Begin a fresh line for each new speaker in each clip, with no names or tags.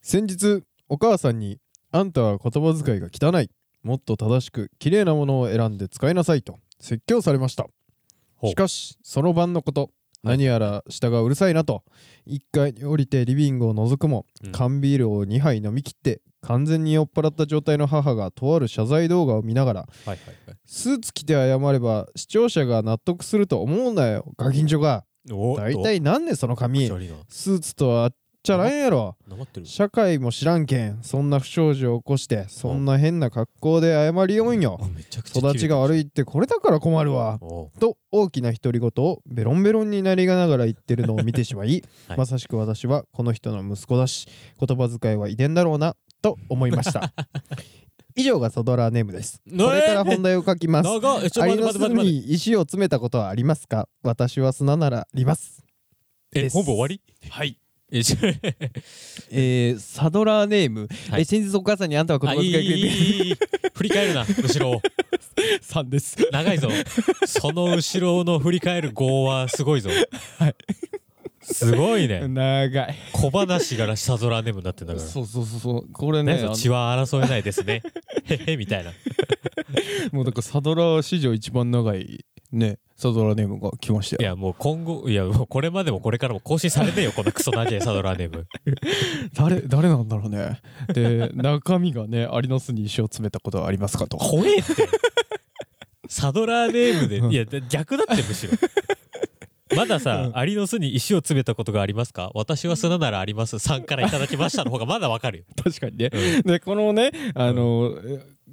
先日お母さんに「あんたは言葉遣いが汚いもっと正しく綺麗なものを選んで使いなさい」と説教されました
ほう
しかしその晩のこと何やら下がうるさいなと1階に降りてリビングを覗くも
うん
缶ビールを2杯飲み切って完全に酔っ払った状態の母がとある謝罪動画を見ながら
はいはいはい
スーツ着て謝れば視聴者が納得すると思うなよガキンチョが
お
大体なんねその髪
口悪いな
スーツとはあっちゃらんやろ
なまってる
社会も知らんけんそんな不祥事を起こしてそんな変な格好で謝りよんよ
あめちゃくちゃ
育ちが悪いってこれだから困るわ
おう
と大きな独り言をベロンベロンになりながら言ってるのを見てしまい、
はい
まさしく私はこの人の息子だし言葉遣いは遺伝だろうなと思いました以上がソドラーネームです
ねえ
これから本題を書きます
長いえちょ
ア
っと
リ
待っ
の
て
巣
待って待って
に石を詰めたことはありますか私は砂ならあります
え
です
本部終わりはいえちょ
えー、サドラーネーム、
はい
えー先日お母さんにあんたは言
あ
葉
いい
遣い
い
くれ
い
て
いいい振り返るな後ろを
さんです
長いぞその後ろの振り返る号はすごいぞすごいね
長い
小話がら下空ネームになってんだから
そうそうそうそうこれね
ね
あの
血は争えないですねへへみたいな
もうだからサドラー史上一番長いねサドラーネームが来ました
い
よ
やもう今後いやもうこれまでもこれからも更新されねえよこのクソ長いサドラーネーム
誰誰なんだろうね で中身がねアリの巣に石を詰めたことはありますかと
怖えってサドラーネームでいや逆だってむしろまださ、アリの巣に石を詰めたことがありますか私は砂ならあります3からいただきましたの方がまだわかるよ
確かにね、
う
でこのねあの、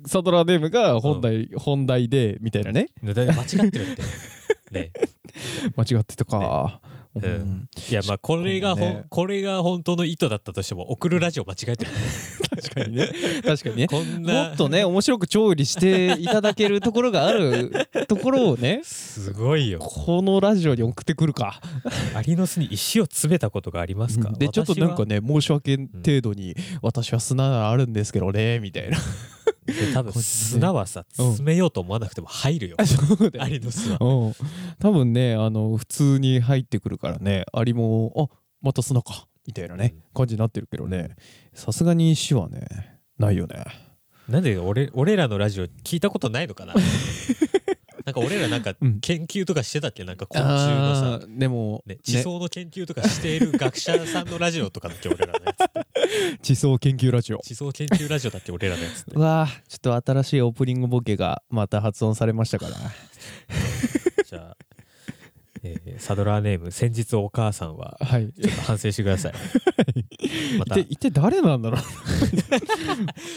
サドラーネームが本題、本題でみたいなね
だって間違ってるってね
間違ってたか、
ね
うん
うんいやまあこれがほん、
そうね
これが本当の意図だったとしても送るラジオ間違えてる
確かに ね確かにね
こん
も
な
っとね面白く調理していただけるところがあるところを ね
すごいよ
このラジオに送ってくるか
アリの巣に石を詰めたことがありますか、
でちょっとなんか
ね
ね申し訳程度に、私は砂があるんですけどねみた いな
多分砂はさ
うん
詰めようと思わなくても入るよ、
そう
アリの巣は
うん、多分ねあの普通に入ってくるからねアリもあまた砂かみたいなね、感じになってるけどねさすがに石はねないよね
なんで俺俺らのラジオ聞いたことない のかななんか俺らなんか
うん
研究とかしてたっけなんか昆虫のさ
あ、ーでも、
ね、地層の研究とかしている学者さんのラジオとかだっけ俺らのや
地層研究ラジオ
つ地層研究ラジオだっけ俺らの やつって
うわーちょっと新しいオープニングボケがまた発音されましたから
じゃあ、えーサドラーネーム先日お母さんは
はい
ちょっと反省してくださいまた
一体一体誰なんだろ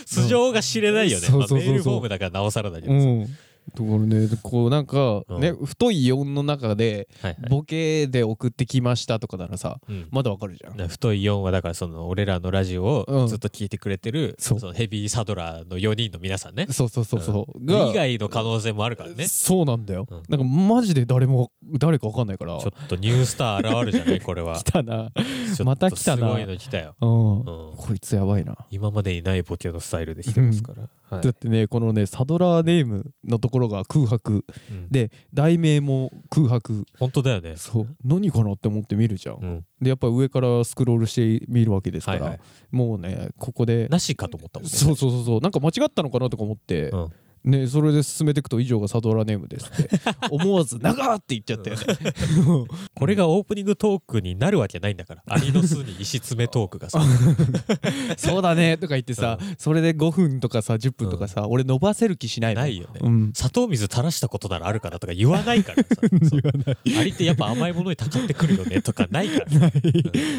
素性が知れないよね、
そう
まあ
そう
メ
そうそう
ールフォームだからなおさらだけ
う、
どさ、
ん、ところねこうなんか、
うん
ね太い音の中で
はいはい
ボケで送ってきましたとかならさ
うん
まだわかるじゃん、
な太い4はだからその俺らのラジオ
う
を
ん
ずっと聞いてくれてる、
そう
そのヘビーサドラーの4人の皆さんね
そうそうそうそう、が
以外の可能性もあるからねち
そうなんだよ、
うん
なんかマジで誰も誰かわかんないから
ょっとニュースター現るじゃない これは
来たな
ちょっと
また来たな
すごいの来たよ、
うん、
うん、
こいつやばいな
今までにないボケのスタイルで来てますから、はい
だってねこのねサドラーネームのところが空白
うん
で題名も空白
本当だよね、
そう何かなって思って見るじゃん、
うん、
でやっぱ上からスクロールして見るわけですから、
はいはい
もうねここで
なしかと思ったもんね
そうそうそうそうなんか間違ったのかなとか思って、
うん
ねそれで進めていくと以上がサドラーネームです って思わず長って言っちゃったよね
これがオープニングトークになるわけないんだからアリの巣に石詰めトークがさ
そうだねとか言ってさ、それで5分とかさ10分とかさ、俺伸ばせる気しないもん
ないよね
うん
砂糖水垂らしたことならあるかなとか言わないからさそうアリってやっぱ甘いものにたかってくるよねとかないから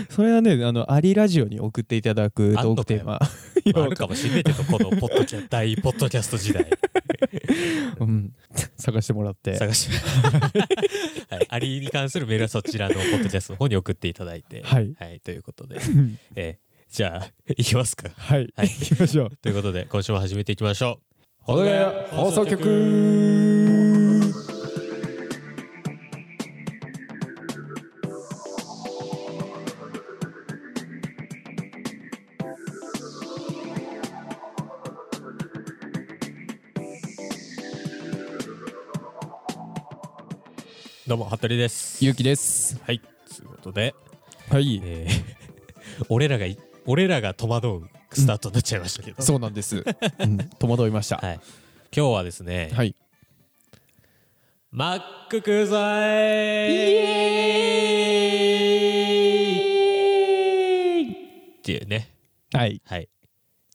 それはねあのアリラジオに送っていただくトークテーマい
まあ
や
あるかもしんないけど、このポッドキャ 大ポッドキャスト時代。
うん、探してもらって
探し はい。アリに関するメールはそちらのポッドキャストの方に送っていただいて。
はい
というこ とで。えーじゃあ、いきますか。
はい、
はい
行きましょう
ということで、今週も始めていきましょう。
保土ヶ谷放送局
どうも、服部です。
ゆうきです
はい。ということで、
はい
えー 俺らがい俺らが戸惑うスタートになっちゃいましたけど、
そうなんです、うん戸惑いました
はい、今日はですね、
はい
マック食うぞーいっていうね
はい
はい、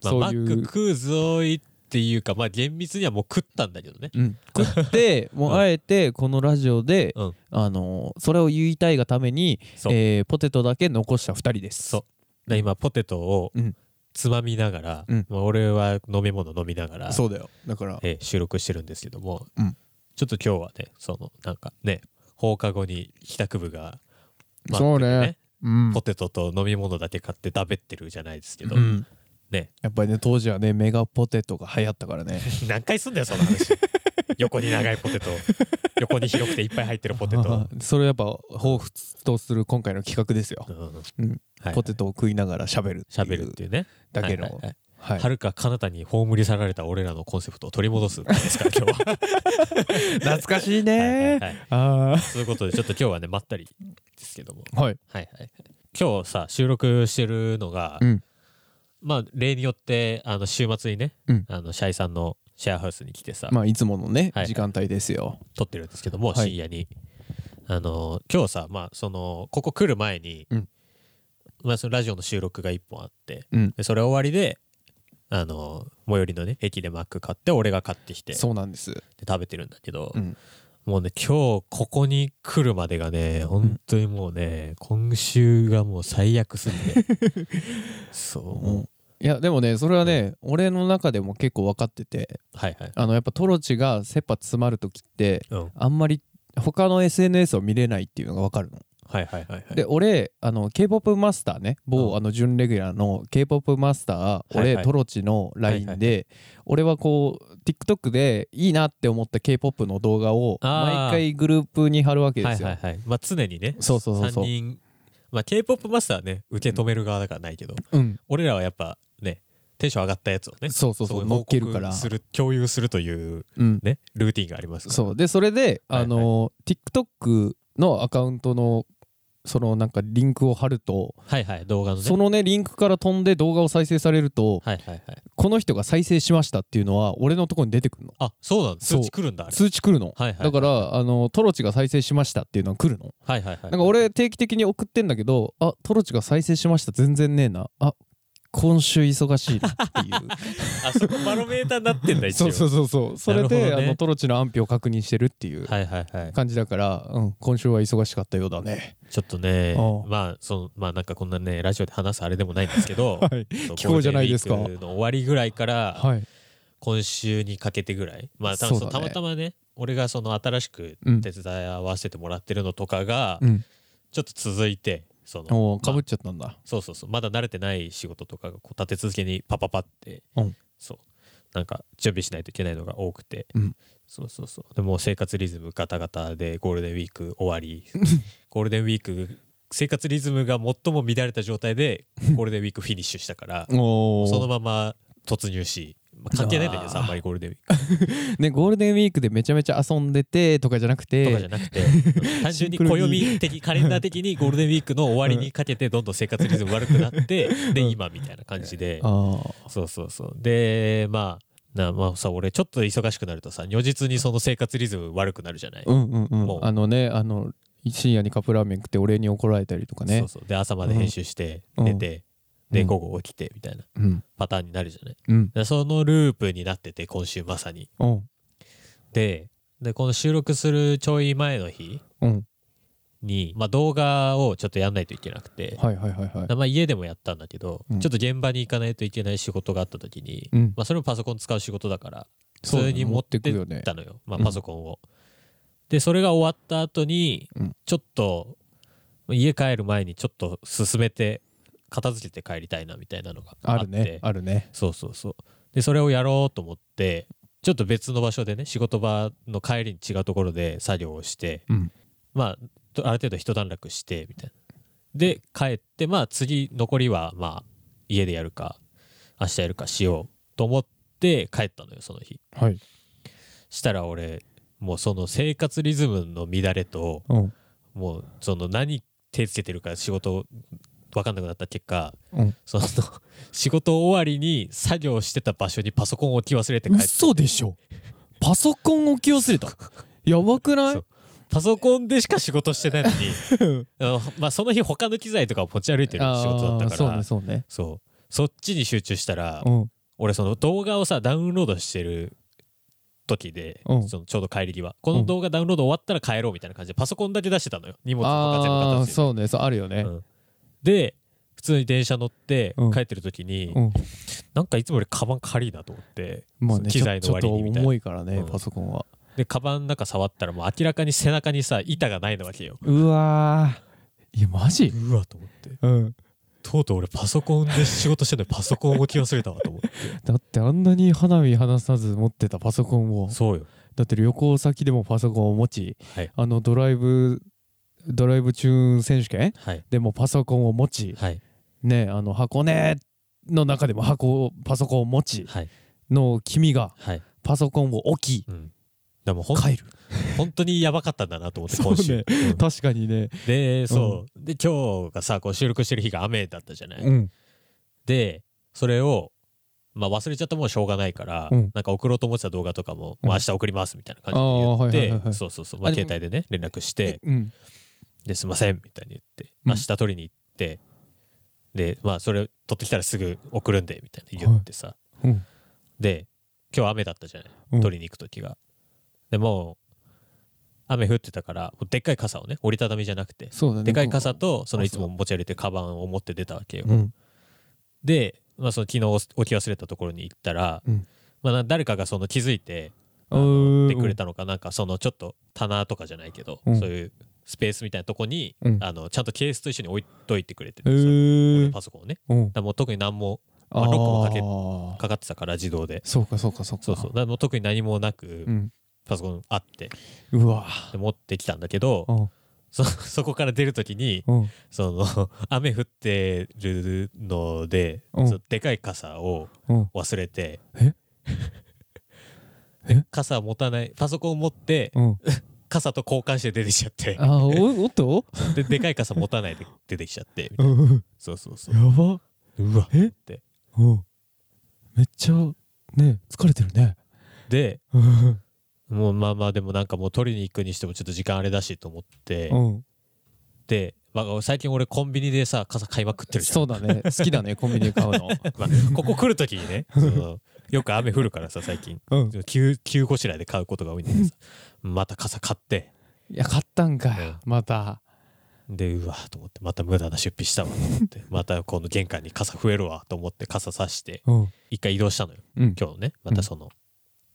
まあ、
そう
マ
いう
ック食うぞーいっていうかまあ厳密にはもう食ったんだけどね
うん、食ってもうあえてこのラジオで、
うん
あのそれを言いたいがために、
そう、
えーポテトだけ残した2人です
そうで今ポテトを
うん
つまみながら、
うん
まあ、俺は飲み物飲みながら、
そうだよだから
えー収録してるんですけども、
うん
ちょっと今日はねそのなんかね放課後に帰宅部がマックで
そうねうん
ポテトと飲み物だけ買って食べってるじゃないですけど、
うん
ね
やっぱりね当時はねメガポテトが流行ったからね
何回すんだよその 話横に長いポテト横に広くていっぱい入ってるポ テト、
それやっぱ彷彿とする今回の企画ですよ、
うん
うん
はい
ポテトを食いながら喋るって
喋
い
るっ
う
ていうね
だけの
はいはいはい
はい
はるか彼方に葬り去られた俺らのコンセプトを取り戻すんですから今 日は
懐かしい
はい
ね
はいはい
あー
そういうことでちょっと今日はねまったりですけども
はい
はいはい今日さ収録してるのが、
うん
まあ例によってあの週末にね、
うん
あのシャイさんのシェアハウスに来てさ、
まあいつものね、
はい
時間帯ですよ
撮ってるんですけども、
はい
深夜にあの今日さまあそのここ来る前に、
うん
まあ、そのラジオの収録が1本あって、
うん
でそれ終わりであの最寄りのね駅でマック買って俺が買ってきてで
そうなんです、
食べてるんだけど、
うん
もうね今日ここに来るまでがね本当にもうね、今週がもう最悪すぎて そう、
うんいやでもねそれはね、俺の中でも結構分かってて
はいはい、
あのやっぱトロチが切羽詰まる時って
うん、はい
あんまり他の SNS を見れないっていうのが分かるの。
はいはいはい
で俺あの k p o p マスターね某、
うん
あの準レギュラーの k p o p マスター、
いはい
俺トロチの LINE で、
はい
俺はこう TikTok でいいなって思った k p o p の動画を
あー
毎回グループに貼るわけで
はい
すよ。
はいはいまあ常にね
そうそうそう
3
そう。
人まあ k p o p マスターはね受け止める側だからないけど、
うん、
俺らはやっぱねテンション上がったやつをね
そうそうそう
こに
乗っけるから
報告する共有するという
うん、
ねルーティンがありますから
そうでそれで、
はいはい
あの TikTok のアカウントのそのなんかリンクを貼ると、
はいはい動画のね
そのねリンクから飛んで動画を再生されると、
はいはいはい
この人が再生しましたっていうのは俺のとこに出てくるの
あそうなんだ
そ
通
う
知来るんだあれ
通知来るの、
はいはい
だからあのトロチが再生しましたっていうのは来るの、
はいはいはい
なんか俺定期的に送ってんだけどあトロチが再生しました全然ねえなあ今週忙しいなっていう
あそこバロメーターになってんだ一
そ
応
うそうそうそうそれ
なる
で、
ほどね
あのトロチの安否を確認してるっていう
はいはいはい
感じだから、うん、今週は忙しかったようだね
ちょっとね
おう
まあそのまあなんかこんなねラジオで話すあれでもないんですけど
はい
そ う
聞こうじゃないですか
ゴールデンウィークの終わりぐらいから
はい
今週にかけてぐらいまあ多分
そ
そう
だ
うた
ね
またまね俺がその新しく
うん
手伝わせてもらってるのとかが
うん
ちょっと続いてその
おかぶっちゃったんだ
そうそうそうまだ慣れてない仕事とかがこう立て続けにパパパって、
うん
そうなんか準備しないといけないのが多くて、
うん
そうそうそうでもう生活リズムガタガタでゴールデンウィーク終 わりゴールデンウィーク生活リズムが最も乱れた状態でゴールデンウィークフィニッシュしたから
お
その
お、
まま突入し、まあ関係ないんだけどさ
うわー
あんまりゴールデンウィーク
ね、ゴールデンウィークでめちゃめちゃ遊んでてとかじゃなく
とかじ
て
ゃなくて、うん単純に
シンプルに
暦的カレンダー的にゴールデンウィークの終わりにかけてどんどん生活リズム悪くな って、で今みたいな感じで。
あー
そうそうそう。で、まあ、なまあさ、俺ちょっと忙しくなるとさ、如実にその生活リズム悪くなるじゃない。
うんうんう
もうん
あのねあの深夜にカップラーメン食ってお礼に怒られたりとかね
そうそう。で、朝まで編集して、
うん
寝て、
うん
で、
うん
午後起きて、みたいな
うん
パターンになるじゃない。
うん
でそのループになってて、今週まさに。
うん
で、で、この収録するちょい前の日
うん
に、まあ動画をちょっとやんないといけなくて、
はいはいはいはい
まあ家でもやったんだけど、
うん
ちょっと現場に行かないといけない仕事があった時に、
うん
まあそれもパソコン使う仕事だから、普
そうだね
通に持って
持って
っ
くよね
たのよ、まあ、
うん
パソコンを。でそれが終わった後に、
うん
ちょっと家帰る前にちょっと進めて片付けて帰りたいなみたいなのがあ
あ
って
るねあるね
そうそうそうでそれをやろうと思ってちょっと別の場所でね仕事場の帰りに違うところで作業をして、
うん
まあとある程度一段落してみたいなで帰ってまあ次残りはまあ家でやるか明日やるかしようと思って帰ったのよその日
はい
したら俺もうその生活リズムの乱れと
うん
もうその何手つけてるか仕事分かんなくなった結果、
うん
その 仕事終わりに作業してた場所にパソコンを置き忘れて帰って
嘘でしょパソコン置き忘 れたやばくない
そうパソコンでしか仕事してないの にあの、まあ、その日他の機材とかを持ち歩いてる仕事だったから
あーそうねそうね
そうそっちに集中したら、
うん
俺その動画をさダウンロードしてる時で、
うん
そのちょうど帰り際この動画ダウンロード終わったら帰ろうみたいな感じでパソコンだけ出してたのよ荷物とか全部
あ
片
あー
付けて
そうねそうあるよね
うんで普通に電車乗って
うん
帰ってる時に、
うん
なんかいつもよりカバン軽いなと思って、
まあね
そ
ちょ
の機材
ち
の
ょっと
割にみたいな
重いからね
うん
パソコンは
でカバンの中触ったらもう明らかに背中にさ板がないのわけよ
うわーいやマジ
うわと思って
うん
とうとう俺パソコンで仕事してんのにパソコン置き忘れたわ と思って
だってあんなに花火離さず持ってたパソコンを
そうよ
だって旅行先でもパソコンを持ち、
はい
あのドライブドライブチューン選手権
はい
でもパソコンを持ち、
はい
ねあの箱根の中でも箱をパソコンを持ち
はい
の君が
はい
パソコンを置き
うんでもほん
帰る
本当にやばかったんだなと思って
そう
今
ね
週、うん
確かにね
でそう、で今日がさこう収録してる日が雨だったじゃない、
うん
でそれをまあ忘れちゃったもんはしょうがないから、
うん
なんか送ろうと思ってた動画とかも、
うん
まあ明日送りますみたいな感じで言っ
あーはいはいはいは
て
い
そうそうそう、まあ、
あで
携
も
帯でね連絡して
うん
ですいませんみたいに言って
うん
明日取りに行って、でまあそれ取ってきたらすぐ送るんでみたいな言ってさ、
うん
で今日雨だったじゃない、
うん
取りに行く時がでもう雨降ってたからもうでっかい傘をね折りたたみじゃなくて
そうだね
でかい傘とその
あ
いつも持ち歩いてるカバンを持って出たわけよ、
うん
で、まあ、その昨日置き忘れたところに行ったら、
うん
まあ、な誰かがその気づいて
うーん
でくれたのか、なんかそのちょっと棚とかじゃないけど、
うん
そういうスペースみたいなとこに、
うん
あのちゃんとケースと一緒に置いといてくれて
え
て、その
ー
パソコンをねだか
うん
らもう特に何も
あ
まあロックもかけ
ー
かかってたから自動で
そうかそうかそうか
そうそうだからもう特に何もなく
うん
パソコンあって
うわ
で持ってきたんだけど、
うん
そ そこから出るときに
うん
その 雨降ってるので、
うん
そのでかい傘を
うん
忘れて、
え
で傘持たないパソコン持って
うん
傘と交換して出てきちゃって
あーおおっと
ででかい傘持たないで 出てきちゃってみたいな
うんうん
そうそうそう
やば
うわ
え
って
うんめっちゃね疲れてる ね
で
うん
もうまあまあでもなんかもう取りに行くにしてもちょっと時間あれだしと思って
うん
で、まあ、最近俺コンビニでさ傘買いまくってるじゃん
そうだね好きだねコンビニで買うの
まあ、ここ来るとき にねそのよく雨降るからさ最近
うん
急急ごしらえで買うことが多いんだけどさまた傘買って
いや買ったんかよ
うん
また
でうわーと思ってまた無駄な出費したわと思 ってまたこの玄関に傘増えるわと思って傘さして
うん
一回移動したのよ
うん
今日のねまたその、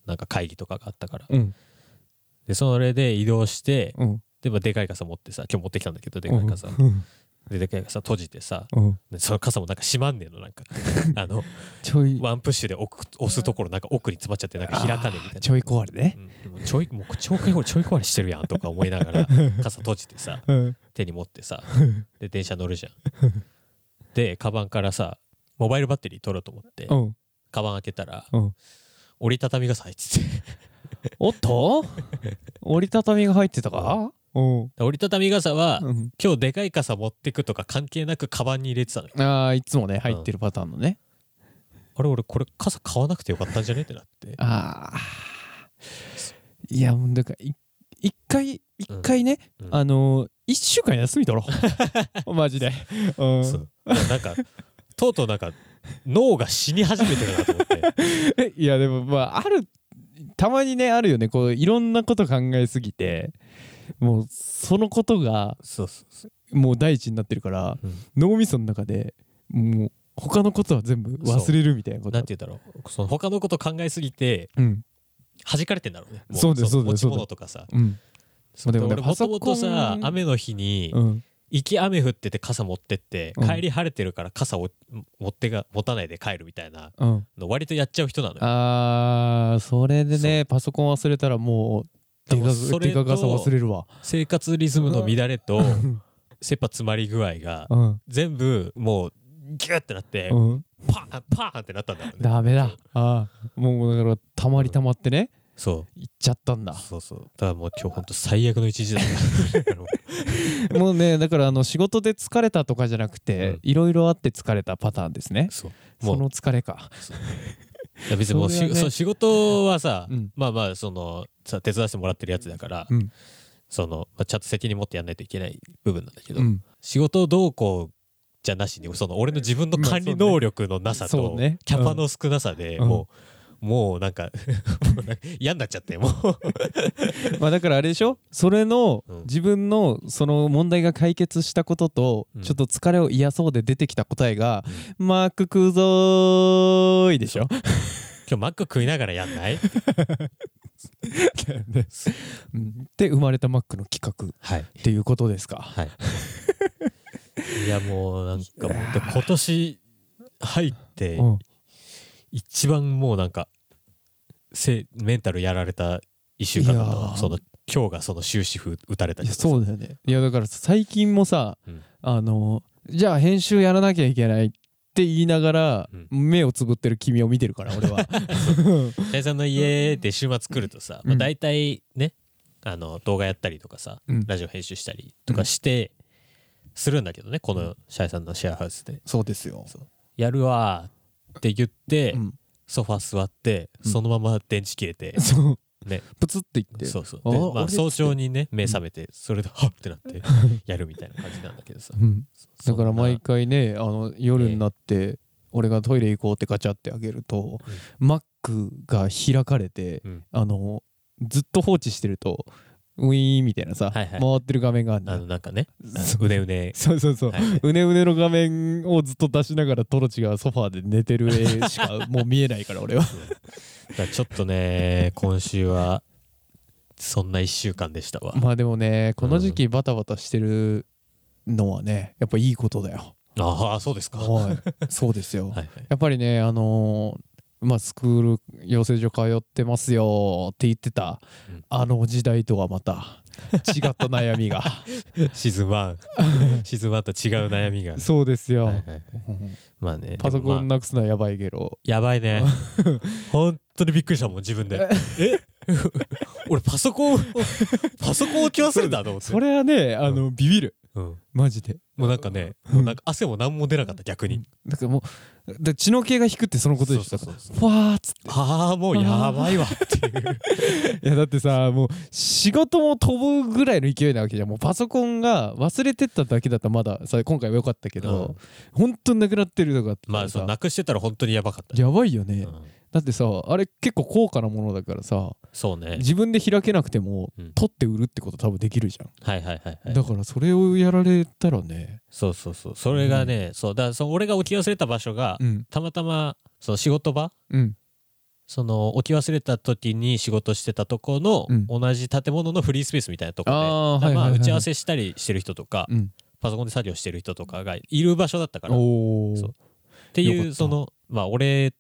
なんか会議とかがあったから
うん
でそれで移動して
うん
で、まあ、でかい傘持ってさ今日持ってきたんだけどでかい傘、
うん
ででかい傘閉じてさ
うん
でその傘もなんか閉まんねえのな んかあの
ちょい
ワンプッシュで奥押すところなんか奥に詰まっちゃってなんか開かねえみたいな
ちょい壊れね
うんでもちょい もうちょい壊れちょい壊れしてるやんとか思いな がら傘閉じてさ
うん
手に持って さで電車乗るじゃんでカバンからさモバイルバッテリー取ろうと思って
うん
カバン開けたら
うん
折りたたみ傘入ってて
おっと折りたたみが入ってたかうん
折りたたみ傘は
うん
今日でかい傘持ってくとか関係なくカバンに入れてたのよ
あーいつもね入ってるパターンのね
あれ俺これ傘買わなくてよかったんじゃねってなって
ああいやもうだからい一回一回ね、
うん
あのー一週間休み取ろ うマジで、うん
そうなんかとうとうなんか脳が死に始めてるなと 思って
いやでもまああるたまにねあるよねこういろんなこと考えすぎてもうそのことが
そうそうそう
もう第一になってるから、
うん
脳みその中でもう他のことは全部忘れるみたいなこと
なんて言うんだろうその他のこと考えすぎて
うん
弾かれてんだろうねも
そうです
の
そうです
持ち物とかさ
うん
そう
でもね
俺
パ
も
ソ
と
コ
も
ン
とさ雨の日に、
うん
行き雨降ってて傘持ってって、
うん
帰り晴れてるから傘を持ってが持たないで帰るみたいな
うん
の割とやっちゃう人なのよ。
あーそれでねパソコン忘れたらもう
で
で
も
か
それ
で
と
か傘忘れるわ
生活リズムの乱れと切羽詰まり具合が
うん
全部もうギュッてなって、
うん
パーンパーンってなったんだろうね。
ダメだあーもうだからたまりたまってね
そ
行っちゃったん
う
だ
そうそうだからもう今日ほんと最悪の一日だったあの
もうねだからあの仕事で疲れたとかじゃなく
うん
ていろいろあって疲れたパターンですね
そう
そ
も
うの疲れか
いや別にもうし
それはね
そう仕事はさ、
うん
まあまあそのさ手伝わせてもらってるやつだから、
うん
その、まあ、ちゃんと責任持ってやんないといけない部分なんだけど、
うん
仕事どうこうじゃなしにその俺の自分の管理能力のなさ
まあそ
と
うね
キャパの少なさで
うん
もう、もうなんか もうなんか嫌になっちゃっ てもう
まあだからあれでしょそれの
うん
自分のその問題が解決したことと
うん
ちょっと疲れを癒そうで出てきた答えが「マック食うぞーい」で しょ
今日マック食いながらやんない
うんで生まれたマックの企画
はい
っていうことですか
はい いやもうなんかもうで今年入って
うん
一番もうなんかせメンタルやられた1週間だっ
い
た
や
わ
ー
その今日がその終止符打たれた
い
り
やそうだよねいやだから最近もさ、
うん
あのじゃあ編集やらなきゃいけないって言いながら、
う
目をつぶってる君を見てるから俺 は
平井さんの家で週末来るとさ、
うん
まあ、大体ねあの動画やったりとかさ、
うん
ラジオ編集したりとかして、するんだけどねこのシャイさんのシェアハウスで
そうですよ
「やるわ」って言って、
うん
ソファ座って
うん
そのまま電池切 れて、
そう
ね
プツっていって
そうそう
あ
で、
あ
ま
れ
あ、早朝にね目覚めて、それでハッってなって やるみたいな感じなんだけどさ
うんだから毎
毎
回ねあの夜になって、俺がトイレ行こうってガチャってあげると、マックが開かれて、
うん
あのずっと放置してるとウィーンみたいなさ、
はいは
回
い
ってる画面があるん
あ
だ
のなんかねうねうね、
そうそうそう
はいう
ねうねの画面をずっと出しながらトロチがソファーで寝てる絵しかもう見えないから俺は
だからちょっとね今週はそんな1週間でしたわ、
まあでもねこの時期バタバタしてるのはねやっぱいいことだよ
ああそうですかは
はい そうですよ、
いはい
やっぱりねあのーまあスクール養成所通ってますよって言ってた
うん
あの時代とはまた違った悩み が
シーズン1 シーズン1と違う悩みが
そうですよ、
はいはいはい
うん
まあね
パソコ
でも
ン
まあ
なくすのはやばいけど
やばい ね本当にびっくりしたもん自分 でえ俺パソコンをパソコン置き忘れたと思って
それはねあのビビる
うん、
マジで
もうなんかねもうなんか汗も何も出なかった逆に
だからもうだ血の系が引くってそのことでしょ
そうそうそう
ふわーっつっ
ああもうやばいわっていう
ていやだってさもう仕事も飛ぶぐらいの勢いなわけじゃんもうパソコンが忘れてっただけだったらまださ今回は良かったけど、本当になくなってるとかってさ
まあそうなくしてたら本当にやばかった
やばいよね、
うん
だってさあれ結構高価なものだからさ
そうね
自分で開けなくても、
うん
取って売るってこと多分できるじゃん、
はいはいはいはい
だからそれをやられたらね
そうそうそうそれがね、そうだからその俺が置き忘れた場所が、
うん
たまたまその仕事場
うん
その置き忘れた時に仕事してたとこの、
うん
同じ建物のフリースペースみたいなとこで
あー
だからまあ
はいはいはいはい
打ち合わせしたりしてる人とか、
うん
パソコンで作業してる人とかがいる場所だったからっ
お
そ
ー
うてい
よかっ
う
た
そのまあ俺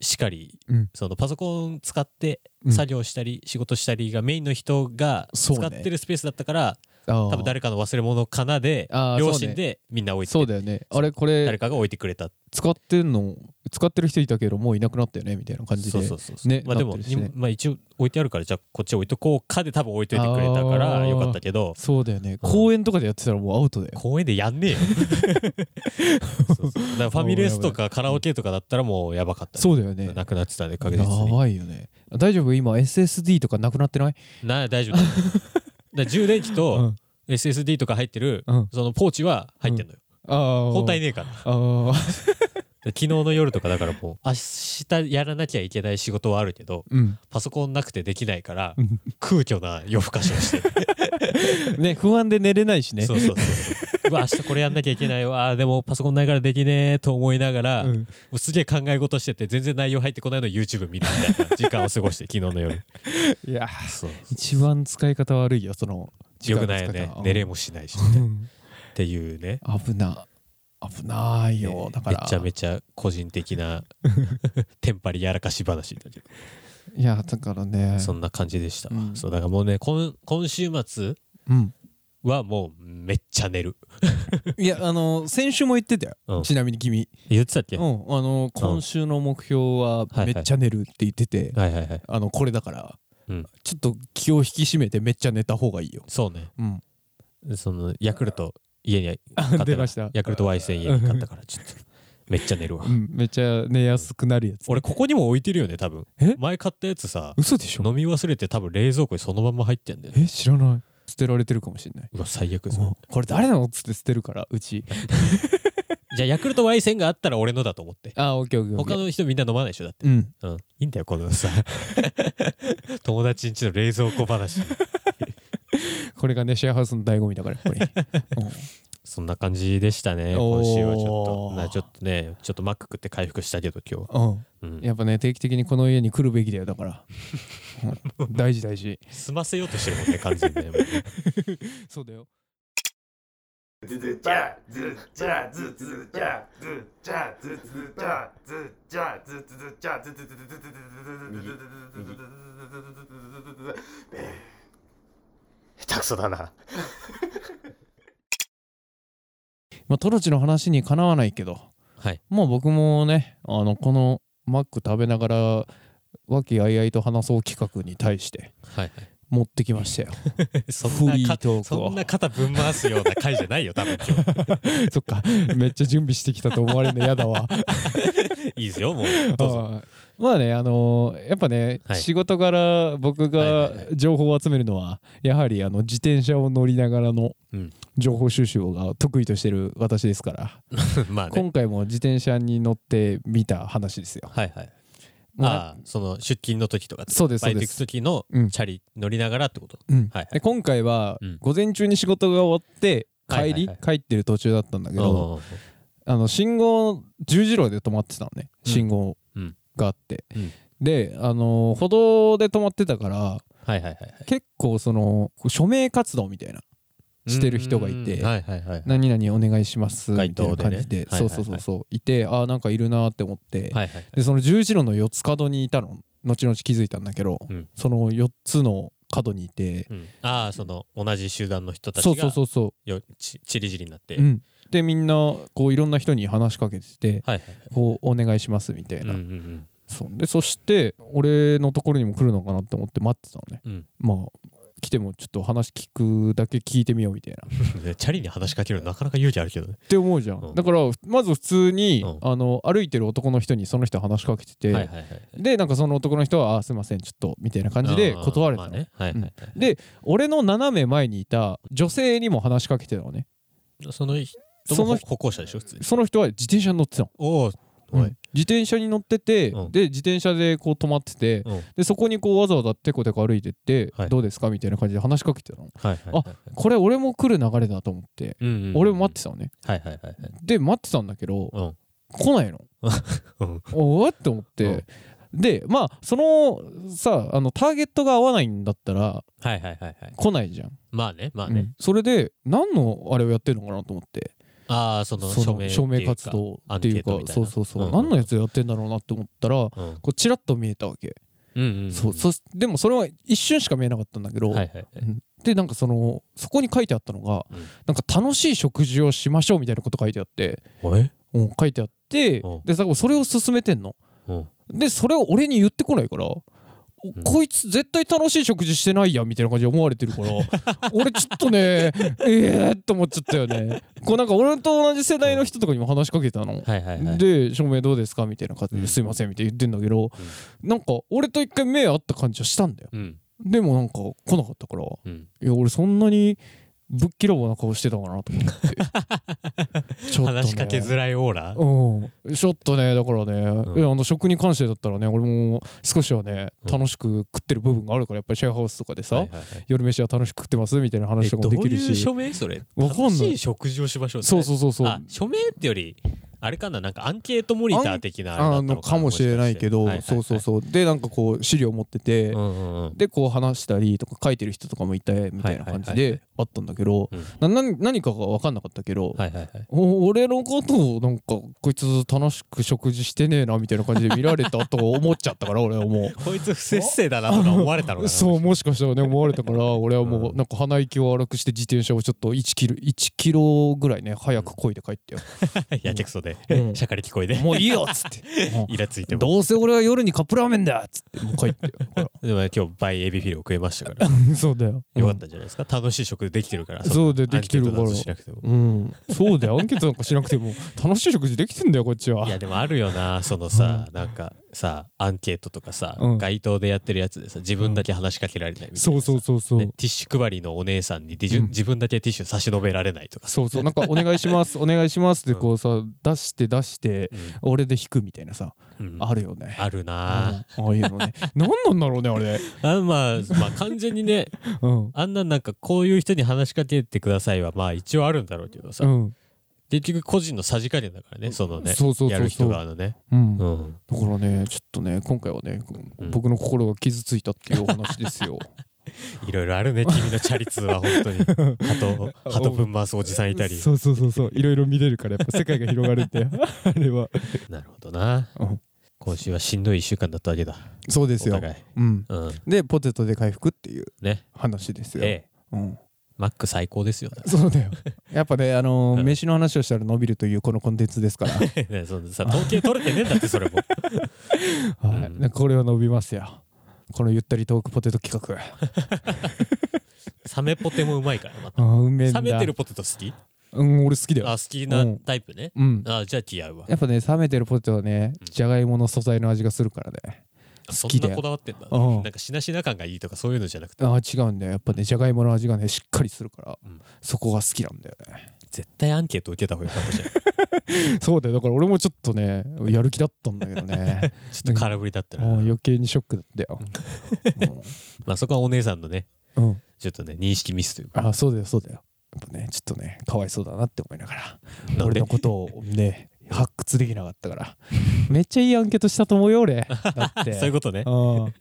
しかり、
うん
そのパソコン使って
うん
作業したり、仕事したりがメインの人が
そ
使
うね
ってるスペースだったから、
あー
多分誰かの忘れ物かなで
あー
両
そう
親
ね
でみんな置いて
そうだよねあれこれ
誰かが置いてくれた
使ってんの使ってる人いたけどもういなくなったよねみたいな感じで
そうそうそうそう
ね
まあで
な
も、
ってるしね
にまあ、一応置いてあるからじゃあこっち置いとこうかで多分置いといてくれたから
あー
よかったけど
そうだよね公園とかでやってたらもうアウトだよ
公園でやんねえよそうそう だからファミレスとかカラオケとかだったらもうやばかったね、
そうだよね
なくなってたね確
や
実に
ばいよね大丈夫今 SSD とかなくなってない
な大 丈夫だだから充電器と SSD とか入ってる、
うん
そのポーチは入ってんのよ、
ああ
本体ねえから
あー
で昨日の夜とかだからもう明日やらなきゃいけない仕事はあるけど
うん
パソコンなくてできないから
うん
空虚な夜更かしをして
ね不安で寝れないしね
そうそう そう。うわ、明日これやんなきゃいけないわ。でもパソコンないからできねえと思いながら、
うん
もうすげえ考え事してて、全然内容入ってこないのを YouTube 見るみたいな時間を過ご して、昨日の夜。
いや
そう。
一番使い方悪いよその
よくないよね。寝れもしないし、みたい
も
なっていうね。
危な危ないよだか
め
ら
ちゃめちゃ個人的な テンパりやらかし話だけど、
いやだからね
そんな感じでしたわ、
うん
そうだからもうね今今週末
うん
はもうめっちゃ寝る。
いやあの先週も言ってたよ、
うん
ちなみに君、
言ってたっけ、
うん、
は
あの今週の目標は
はいは
め
い
っちゃ寝るって言ってて、
いはいはい。
あのこれだから、
うん
ちょっと気を引き締めてめっちゃ寝た方がいいよ、
そうね。
うん、
そのヤクルト家に買ったから
出ました
ヤクルト Y1000 家に買ったからちょっとめっちゃ寝るわ
う。ん、めっちゃ寝やすくなるやつ
俺ここにも置いてるよね多分
え。
前買ったやつさ
嘘でしょ
飲み忘れて多分冷蔵庫にそのまま入ってん だよね。
え知らない捨てられてるかもしれないう
わ最悪
うん
ぞ。
これ誰なのっつって捨てるからうち
じゃあヤクルト Y1000 があったら俺のだと思って。
あオッケーオッケーオッケ
他
ー
の人みんな飲まないでしょだって。
うん
うん、いいんだよこの さ友達ん家の冷蔵庫話
これがねシェアハウスの醍醐味だからやっぱ り、うん
そんな感じでしたね
おー
今週はちょっとなちょっとねちょっとマック食って回復したけど今日は、
うん、
うん、
やっぱね定期的にこの家に来るべきだよだから、 うん大事大事
済ませようとしてるもんね完全にね
そうだよ
ズズチャズチャズズチャズチャズズチャズチャズズチャズズズズズズズズ下手くそだな。
まあ、トロチの話にかなわないけど
はい
もう僕もねあのこのマック食べながら和気あいあいと話そう企画に対して
はい
持ってきましたよ
そ
フ
ん
リー
なか
トーク
そ
を
んな肩ぶん回すような回じゃないよ多分今
そっかめっちゃ準備してきたと思われるの嫌だわ
日いいです よもう どうぞ
あーまあねあのーやっぱね、
はい
仕事から僕
はい
が
はいは
情報を集めるのはやはりあの自転車を乗りながらの
うん
情報収集が得意としてる私ですから、
まあね
今回も自転車に乗ってみた話ですよ。
はいはい
まあ
ああその出勤の時とか
そうです
バイ
そう
ク
で
行く
す。
時の
うん
チャリ乗りながらってこと
うん
はいは
で
い
今回は
うん
午前中に仕事が終わって
は
帰
いはい
り
はい
帰ってる途中だったんだけど
おー
あの信号十字路で止まってたのね
うん
信号
うん
があって
うん
であの歩道で止まってたから
はいはいはいは
結構そのこう署名活動みたいないしてる人がいて
うんはいはいはい
何々お願いしますみたいな
街頭
感
でね
じで
はいはい
そ
は
う
い
そうそうそういてあーなんかいるなーって思って
はいはい
でその十字路の4つ角にいたの後々気づいたんだけど、
うん
その4つの角にいて
うん、ああその同じ集団の人たち
そう
が
そうそうそ
よちちりじりになって、
う、うん、でみんなこういろんな人に話しかけてて
はいはい
こうお願いしますみたい
うんう
な、
んうん
そうでそして俺のところにも来るのかなって思って待ってたのね
うん
まあ来てもちょっと話聞くだけ聞いてみようみたいなっ
ねチャリに話しかけるのなかなか勇気あるけどね。
て思うじゃん、
うん
だからまず普通に、
う
あの歩いてる男の人にその人話しかけてて、
はいはいはい。
でなんかその男の人は「あーすいませんちょっと」みたいな感じで断れたの、
うんまあね。はいはいはい。
で俺の斜め前にいた女性にも話しかけてたのね
その人
そ
も
の
歩歩行者でしょ普通に。
その人は自転車に乗ってたの、
おお。
う
は
ん自転車に乗ってて、
うん
で自転車でこう止まってて、
うん
でそこにこうわざわざテコテコ歩いてって、
はい
どうですかみたいな感じで話しかけてたの
はいはいはいはい。
これ俺も来る流れだと思って、
うんうんうん
俺も待ってたのね
はいはいはいはい。
で待ってたんだけど、
うん
来ないの
うん
おわって思って、でまあそのさあのターゲットが合わないんだったら
はいはいはいはい。
来ないじゃん、
まあねまあ
う
ね。
んそれで何のあれをやってるのかなと思って
ああその
そ
署
の
名
署名活動っていうかそうそうそう、何の
や
やつやってんだろうなって思ったら
うん
こうチラッと見えたわけ、
うんうん。
そうそしでもそれは一瞬しか見えなかったんだけど、
うん。はいはいはい。
うんでなんかそのそこに書いてあったのが、
うん
なんか楽しい食事をしましょうみたいなこと書いてあって、
おい。
うん、書いてあって
うん
でさそれを勧めてんの
うん
でそれを俺に言ってこないから、お
ん
こいつ絶対楽しい食事してないやんみたいな感じで思われてるから 俺ちょっとねええー、って思っちゃったよねこうなんか俺と同じ世代の人とかにも話しかけてたの、
はいはいはい。
で「照明どうですか?」みたいな感じ
うん
で「すいません」みたいな言ってんだけど、なんか俺と一回目合った感じはしたんだよ
うん
でもなんか来なかったからい
うん。
や俺そんなにぶっきらぼうな顔してたかなと思って ちょっとね
話しかけづらいオーラ。
うん、ちょっとねだからね、
ん
いやあの食に関してだったらね俺も少しはね
うん
楽しく食ってる部分があるからやっぱりシェアハウスとかでさ、
はいはいはい
夜飯は楽しく食ってますみたいな話とかもできる
えどういう
し
署名それ
わかんない
楽しい食事をしましょうって
そうそうそうそう
あ署名ってよりあれかななんかアンケートモニター的なあれだった
あのかもしれないけど、そうそうそうでなんかこう資料持ってて、
うんうんうん
でこう話したりとか書いてる人とかもいてみたいな感じ
はいはいは
であったんだけど、
うん
な何何かが分かんなかったけど、
はいはいはい
お俺のことをなんかこいつ楽しく食事してねえなみたいな感じで見られたと思っちゃった から俺はも
こいつ不節制だなとか思われたのか
う
な
そうもしかしたらね思われたから俺はも
う
うんなんか鼻息を荒くして自転車をちょっと1キロ1キロぐらいね早く漕いで帰 ってよ、
やけくそ
う
で、
ん
しゃかり聞こえで、
もういいよっつっても
イラついうても。
どうせ俺は夜にカップラーメンだっつってもう帰ってよほら
でもね今日、倍エビフィレを食えましたから、
そうだよ
よかったじゃないですか。楽しい食できてるから、
そうでできてるから
アンケートなんしなくても。
うん、そうだよアンケートなんかしなくても楽しい食事できてんだよこっちはい
や、でもあるよな、そのさ、なんかさ、アンケートとかさ、
うん
街頭でやってるやつでさ、自分だけ話しかけられないみたいなさ。
そうそうそうそう、
ねティッシュ配りのお姉さんにディジュ
うん
自分だけティッシュ差し伸べられないとかさ。
そうそうなんか「お願いし ますお願いします」ってこうさ出して出して俺で引くみたいなさ
うんうん
あるよね
あるな
うんああいうの ね何なんだろうねあれ
あまあ、まあ、完全にね、
うん
あんななんかこういう人に話しかけてくださいは、まあ一応あるんだろうけどさ
う、ん
結局個人のさじ加減だからね、そのね、
そうそうそうそう
やる人側のね。
うん
う
だか
ん。
らねちょっとね今回はね
うん
僕の心が傷ついたっていうお話です よ
いろいろある ね、君のチャリ通は、本当に。鳩、 鳩ぶん回すおじさんいたり。
そうそうそうそういろいろ見れるからやっぱ世界が広がるん だよあれは
なるほどな
うん。
今週はしんどい1週間だったわけだ。
そうで
お互い。
うん
うん。
でポテトで回復っていう
ね。
話ですよ、
ええ、
うん
マック最高ですよ。
そうだよやっぱねあのー
うん
飯の話をしたら伸びるというこのコンテンツですからは
ねそのさ、統計取れてねえんだって、それ も。
いなんかこれは伸びますよこのゆったりトークポテト企画
サメポテもうまいから、また。
あーうめえんだ
冷めてるポテト好き
うん俺好きだよ
あ好きな
うん
タイプね、
うん
あじゃあ気合うわ
やっぱね冷めてるポテトはねじゃがいもの素材の味がするからね好
そ
き
んな
だ
こ
よ
だわってんだ、
うん
なんかしなしな感がいいとかそういうのじゃなくて
あー違うんだよやっぱねじゃがいもの味がねしっかりするから、
うん
そこが好きなんだよね
絶対アンケート受けた方がいいかもしれないちょ
そうだよだから俺もちょっとねやる気だったんだけど ね
っと空振りだった
う
ら、
ん余計にショックだったよ、
まあそこはお姉さんのね
うんうん、
ちょっとね認識ミスというか
あそうだよそうだよやっぱねちょっとねかわいそうだなって思いながら
なん
俺
で
のことをね発掘できなかったからめっちゃいいアンケートしたと思うよ俺だって
そういうことね
うん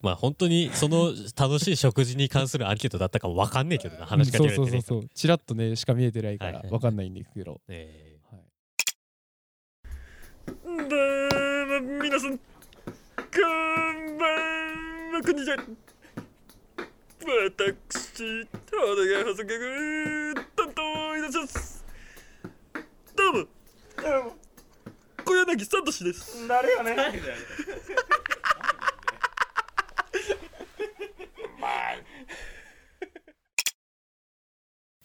まあ本当にその楽しい食事に関するアンケートだったかも分かんねえけどな話しかけられて
そう
ね
そうそうそうチラッとねしか見えてないか
はい
ら
はい
わかんないんですけど、
えー
皆さん、こんばんは、こんにちは。私、お願い補足役、担当いたします。どうも。どうも。小柳聡です。なるよね。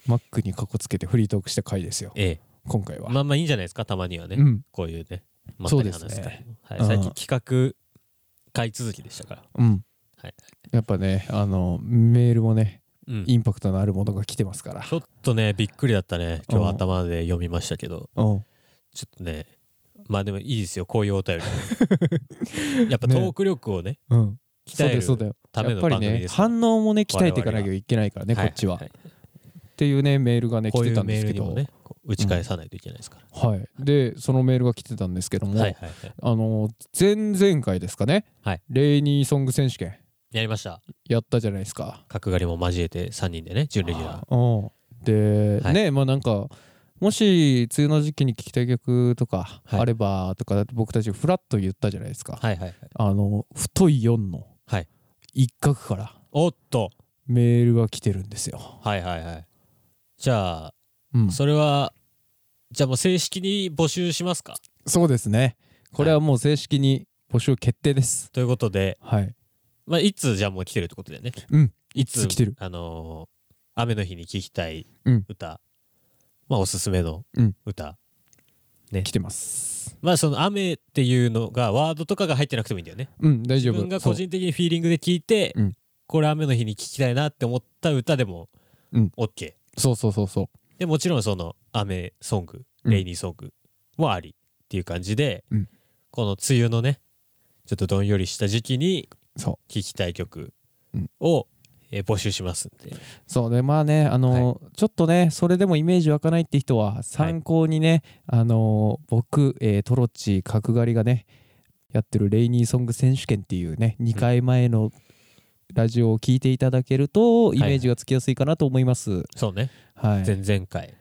マックにかこつけてフリートークした回ですよ
え
今回は、
ーまあまあいいんじゃないですかたまにはね、
うん
こういうねま
そ
っ
う
たり
ですね
話す会もは
う
い、
ん
最近企画買い続きでしたから
うん
はい
やっぱねあのメールもね
うん
インパクトのあるものが来てますから
ちょっとね、びっくりだったね。今日頭で読みましたけど、
うん
ちょっとね、まあでもいいですよ、こういうお便 り。やっぱトーク力をね、
うんそう
鍛
だ
え
よそう
る
だよ
ため
やっ
の
ぱ
番
り
組
ね
ですから。
反応もね鍛えていかなきゃいけないからねこ
はい
っちは、
い
っていうねメールがね
こ
来
うい
てた
うんメ
で
ー
す
ル
け
に
ど
もね、こう打ち返さないといけないですか
はい、でそのメールが来てたんですけども、
ら。はいはいはい。
あの前々回ですかね、
はい
レイニーソング選手権
やりました。
やったじゃないですか。
角刈りも交えて3人でね、準レギュラー。
うんで、
はい
ねまあなんかもし梅雨の時期に聴きたい曲とか
はい
あればとか僕たちフラッと言ったじゃないですか、
はいはいはい。
あの太い4の
はい
一角から
おっと
メールが来てるんですよ。
はいはいはい。じゃあ、
うん、
それは、じゃあもう正式に募集しますか
そうですねこれはもう正式に募集決定です。
ということで、
はい、
まあ、いつじゃあもう来てるってことだよね。
うん
いつ
いつ来てる
あのー雨の日に聴きたい
うん
歌、まあおすすめの
うん
歌、
来てます。
まあその雨っていうのがワードとかが入ってなくてもいいんだよね
うん大丈
自
夫。
分が個人的にフィーリングで聴いて、
うん
これ雨の日に聴きたいなって思った歌でも
うん
OK
そうそうそうそうそう。
でもちろんその雨ソング
うん
レイニーソングもありっていう感じで、
うん
この梅雨のねちょっとどんよりした時期に
そう
聴きたい曲
うん
を、えー募集しますんで。
そうねまあねあのーちょっとねそれでもイメージ湧かないって人は参考にね、あのー僕、えートロッチ角刈りがねやってるレイニーソング選手権っていうね2回前のラジオを聞いていただけるとイメージがつきやすいかなと思います
そうね、
はい、
前々回。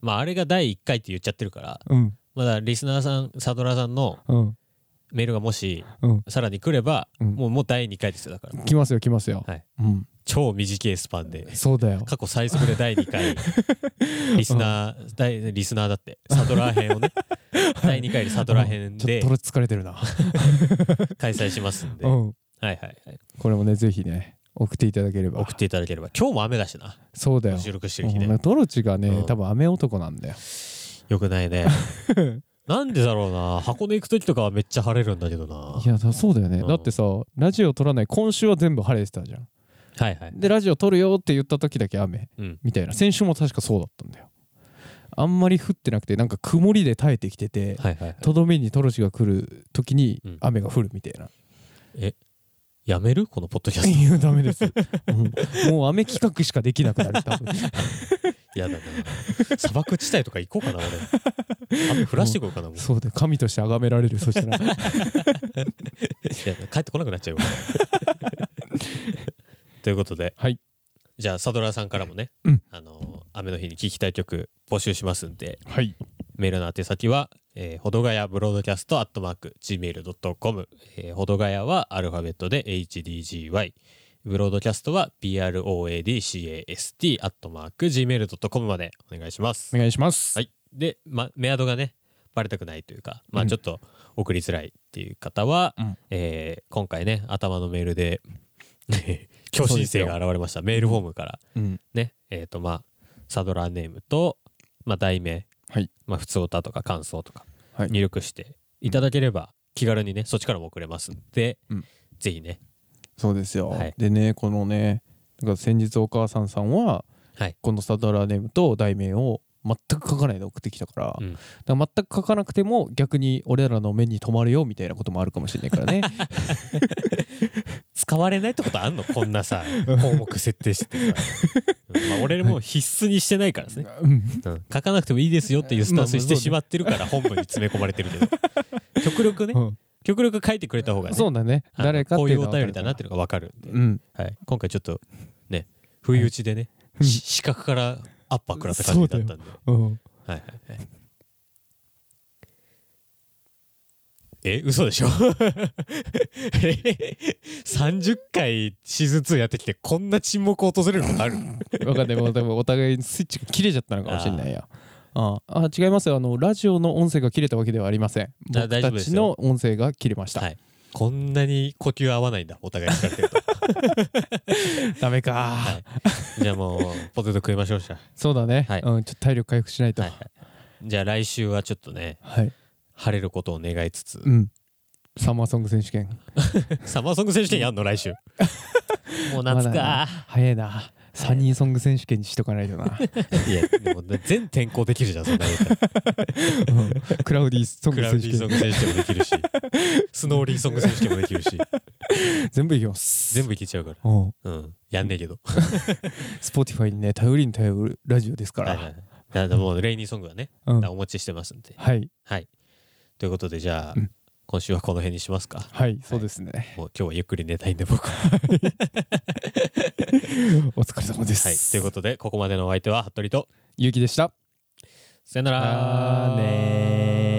まあ、あれが第1回って言っちゃってるから、
うん
まだリスナーさん、サドラーさんの
うん
メールがもし、
うん
さらに来れば、
うん
もうもう第2回ですよ、だから。
来ますよ来ますよ、
はい
うん、
超短いスパンで。
そうだよ
過去最速で第2回 リスナー、第リスナーだってサドラー編を ね第2回でサドラー編
ちょっ
で
とトロッチ疲れてるな、
開催しますんで、
う
は
ん、
いはいはい
これもねぜひね送っていただければ
送っていただければ今日も雨だしな
そうだよ
収録してる日
うん
ね
トロチがね、
うん
多分雨男なんだよ
よくな いねなんでだろうな箱根行く時とかはめっちゃ晴れるんだけどない
やだそうだよね、
うん
だってさラジオ撮らない今週は全部晴れてたじゃん
はいはい
でラジオ撮るよって言った時だけ雨、
うん
みたいな先週も確かそうだったんだよあんまり降ってなくてなんか曇りで耐えてきてて
はいはいはい
とどめにトロチが来る時に
うん
雨が降るみたいな、
やめるこのポッドキャ スト
いやダメ です、うんもう雨企画しかできなくなる多分
やだな砂漠地帯とか行こうかな俺雨降らしていこうかなもう
そうだよ神として崇められるそしたら
いや帰ってこなくなっち ゃうよということで、
はい
じゃあサドラーさんからもね、
うん
あの雨の日に聴きたい曲募集しますんで
はい
メールの宛先は、えー、ほどがやブロードキャストアットマーク Gmail.com、えー、ほどがやはアルファベットで HDGY ブロードキャストは BROADCAST アットマーク Gmail.com までお願いします
お願いします、
はい。で、ま、メアドがね、バレたくないというか、
う
まあ、
ん
ちょっと送りづらいっていう方は、
うん
えー今回ね、頭のメールで、 強心性が現れました。メールフォームから。
うん
ね、えっ、と、まあ、サドラーネームと、まあ、題名、
はい
まあ、普通歌とか感想とか
はい
入力していただければ、気軽にね、そっちからも送れますんで、
うん
ぜひね、
そうですよ、
はい
でねこのねだから先日お母さんさんは、
はい
このサドラーネームと題名を全く書かないで送ってきたから,、
うん
だから全く書かなくても逆に俺らの目に留まるよみたいなこともあるかもしれないから ね
使われないってこと あんのこんなさ、項目設定してさ。うんまあ、俺もう必須にしてないからですね。
うん
うん書かなくてもいいですよっていうスタンスにしてしまってるから本文に詰め込まれてるけど極力ね
うん
極力書いてくれた方がね
そうだね
あの
誰か
こういう
の
お
は
便りだなっ
わか
てい
る
うのが分かるんで
からうん
はい今回ちょっとね不意打ちでねし視覚からアッパー食らった感じだったんで
うん
はいはいはいえ嘘でしょ え30回シーズン2やってきてこんな沈黙を訪れることある
わかんないもう多分お互いにスイッチが切れちゃったのかもしれないやああ違いますよあのラジオの音声が切れたわけではありません
あ
僕
大丈
た
夫です
ち
よ
の音声が切れま した、
はいこんなに呼吸合わないんだお互い疲れてると
ダメか、
はい、じゃあもうポテト食いましょうじゃ
そうだね、
はい
うん、ちょっと体力回復しない
あ、
と
はいはい、じゃあ来週はちょっとね
はい
晴れることを願いつつ、
うん。サマーソング選手権。
サマーソング選手権やんの来週もう夏
まだ
か、
早いな。サニーソング選手権にしとかないとな。
いやでも全転校できるじゃんそんなこと
クラウディソン
ク
グ
ラ
選
ウデ
手
ィソン
権。
グ選手権もできる しスノーリーソング選手権もできる し
全部いきます。
全部いけちゃうか
うん。
らうんやんねえけど
スポティファイにね、頼りに頼るラジオですか
はいは
ら。
いだからもうレイニーソングはね、
うん
お持ちしてますんで
はい。
はいということでじゃあ、
うん
今週はこの辺にしますか
はい、そうですね。
もう今日はゆっくり寝たいんで僕は
お疲れ様で
はい
す。
ということでここまでのお相手は服部と
ゆうきでした。
さよなら
あーねー。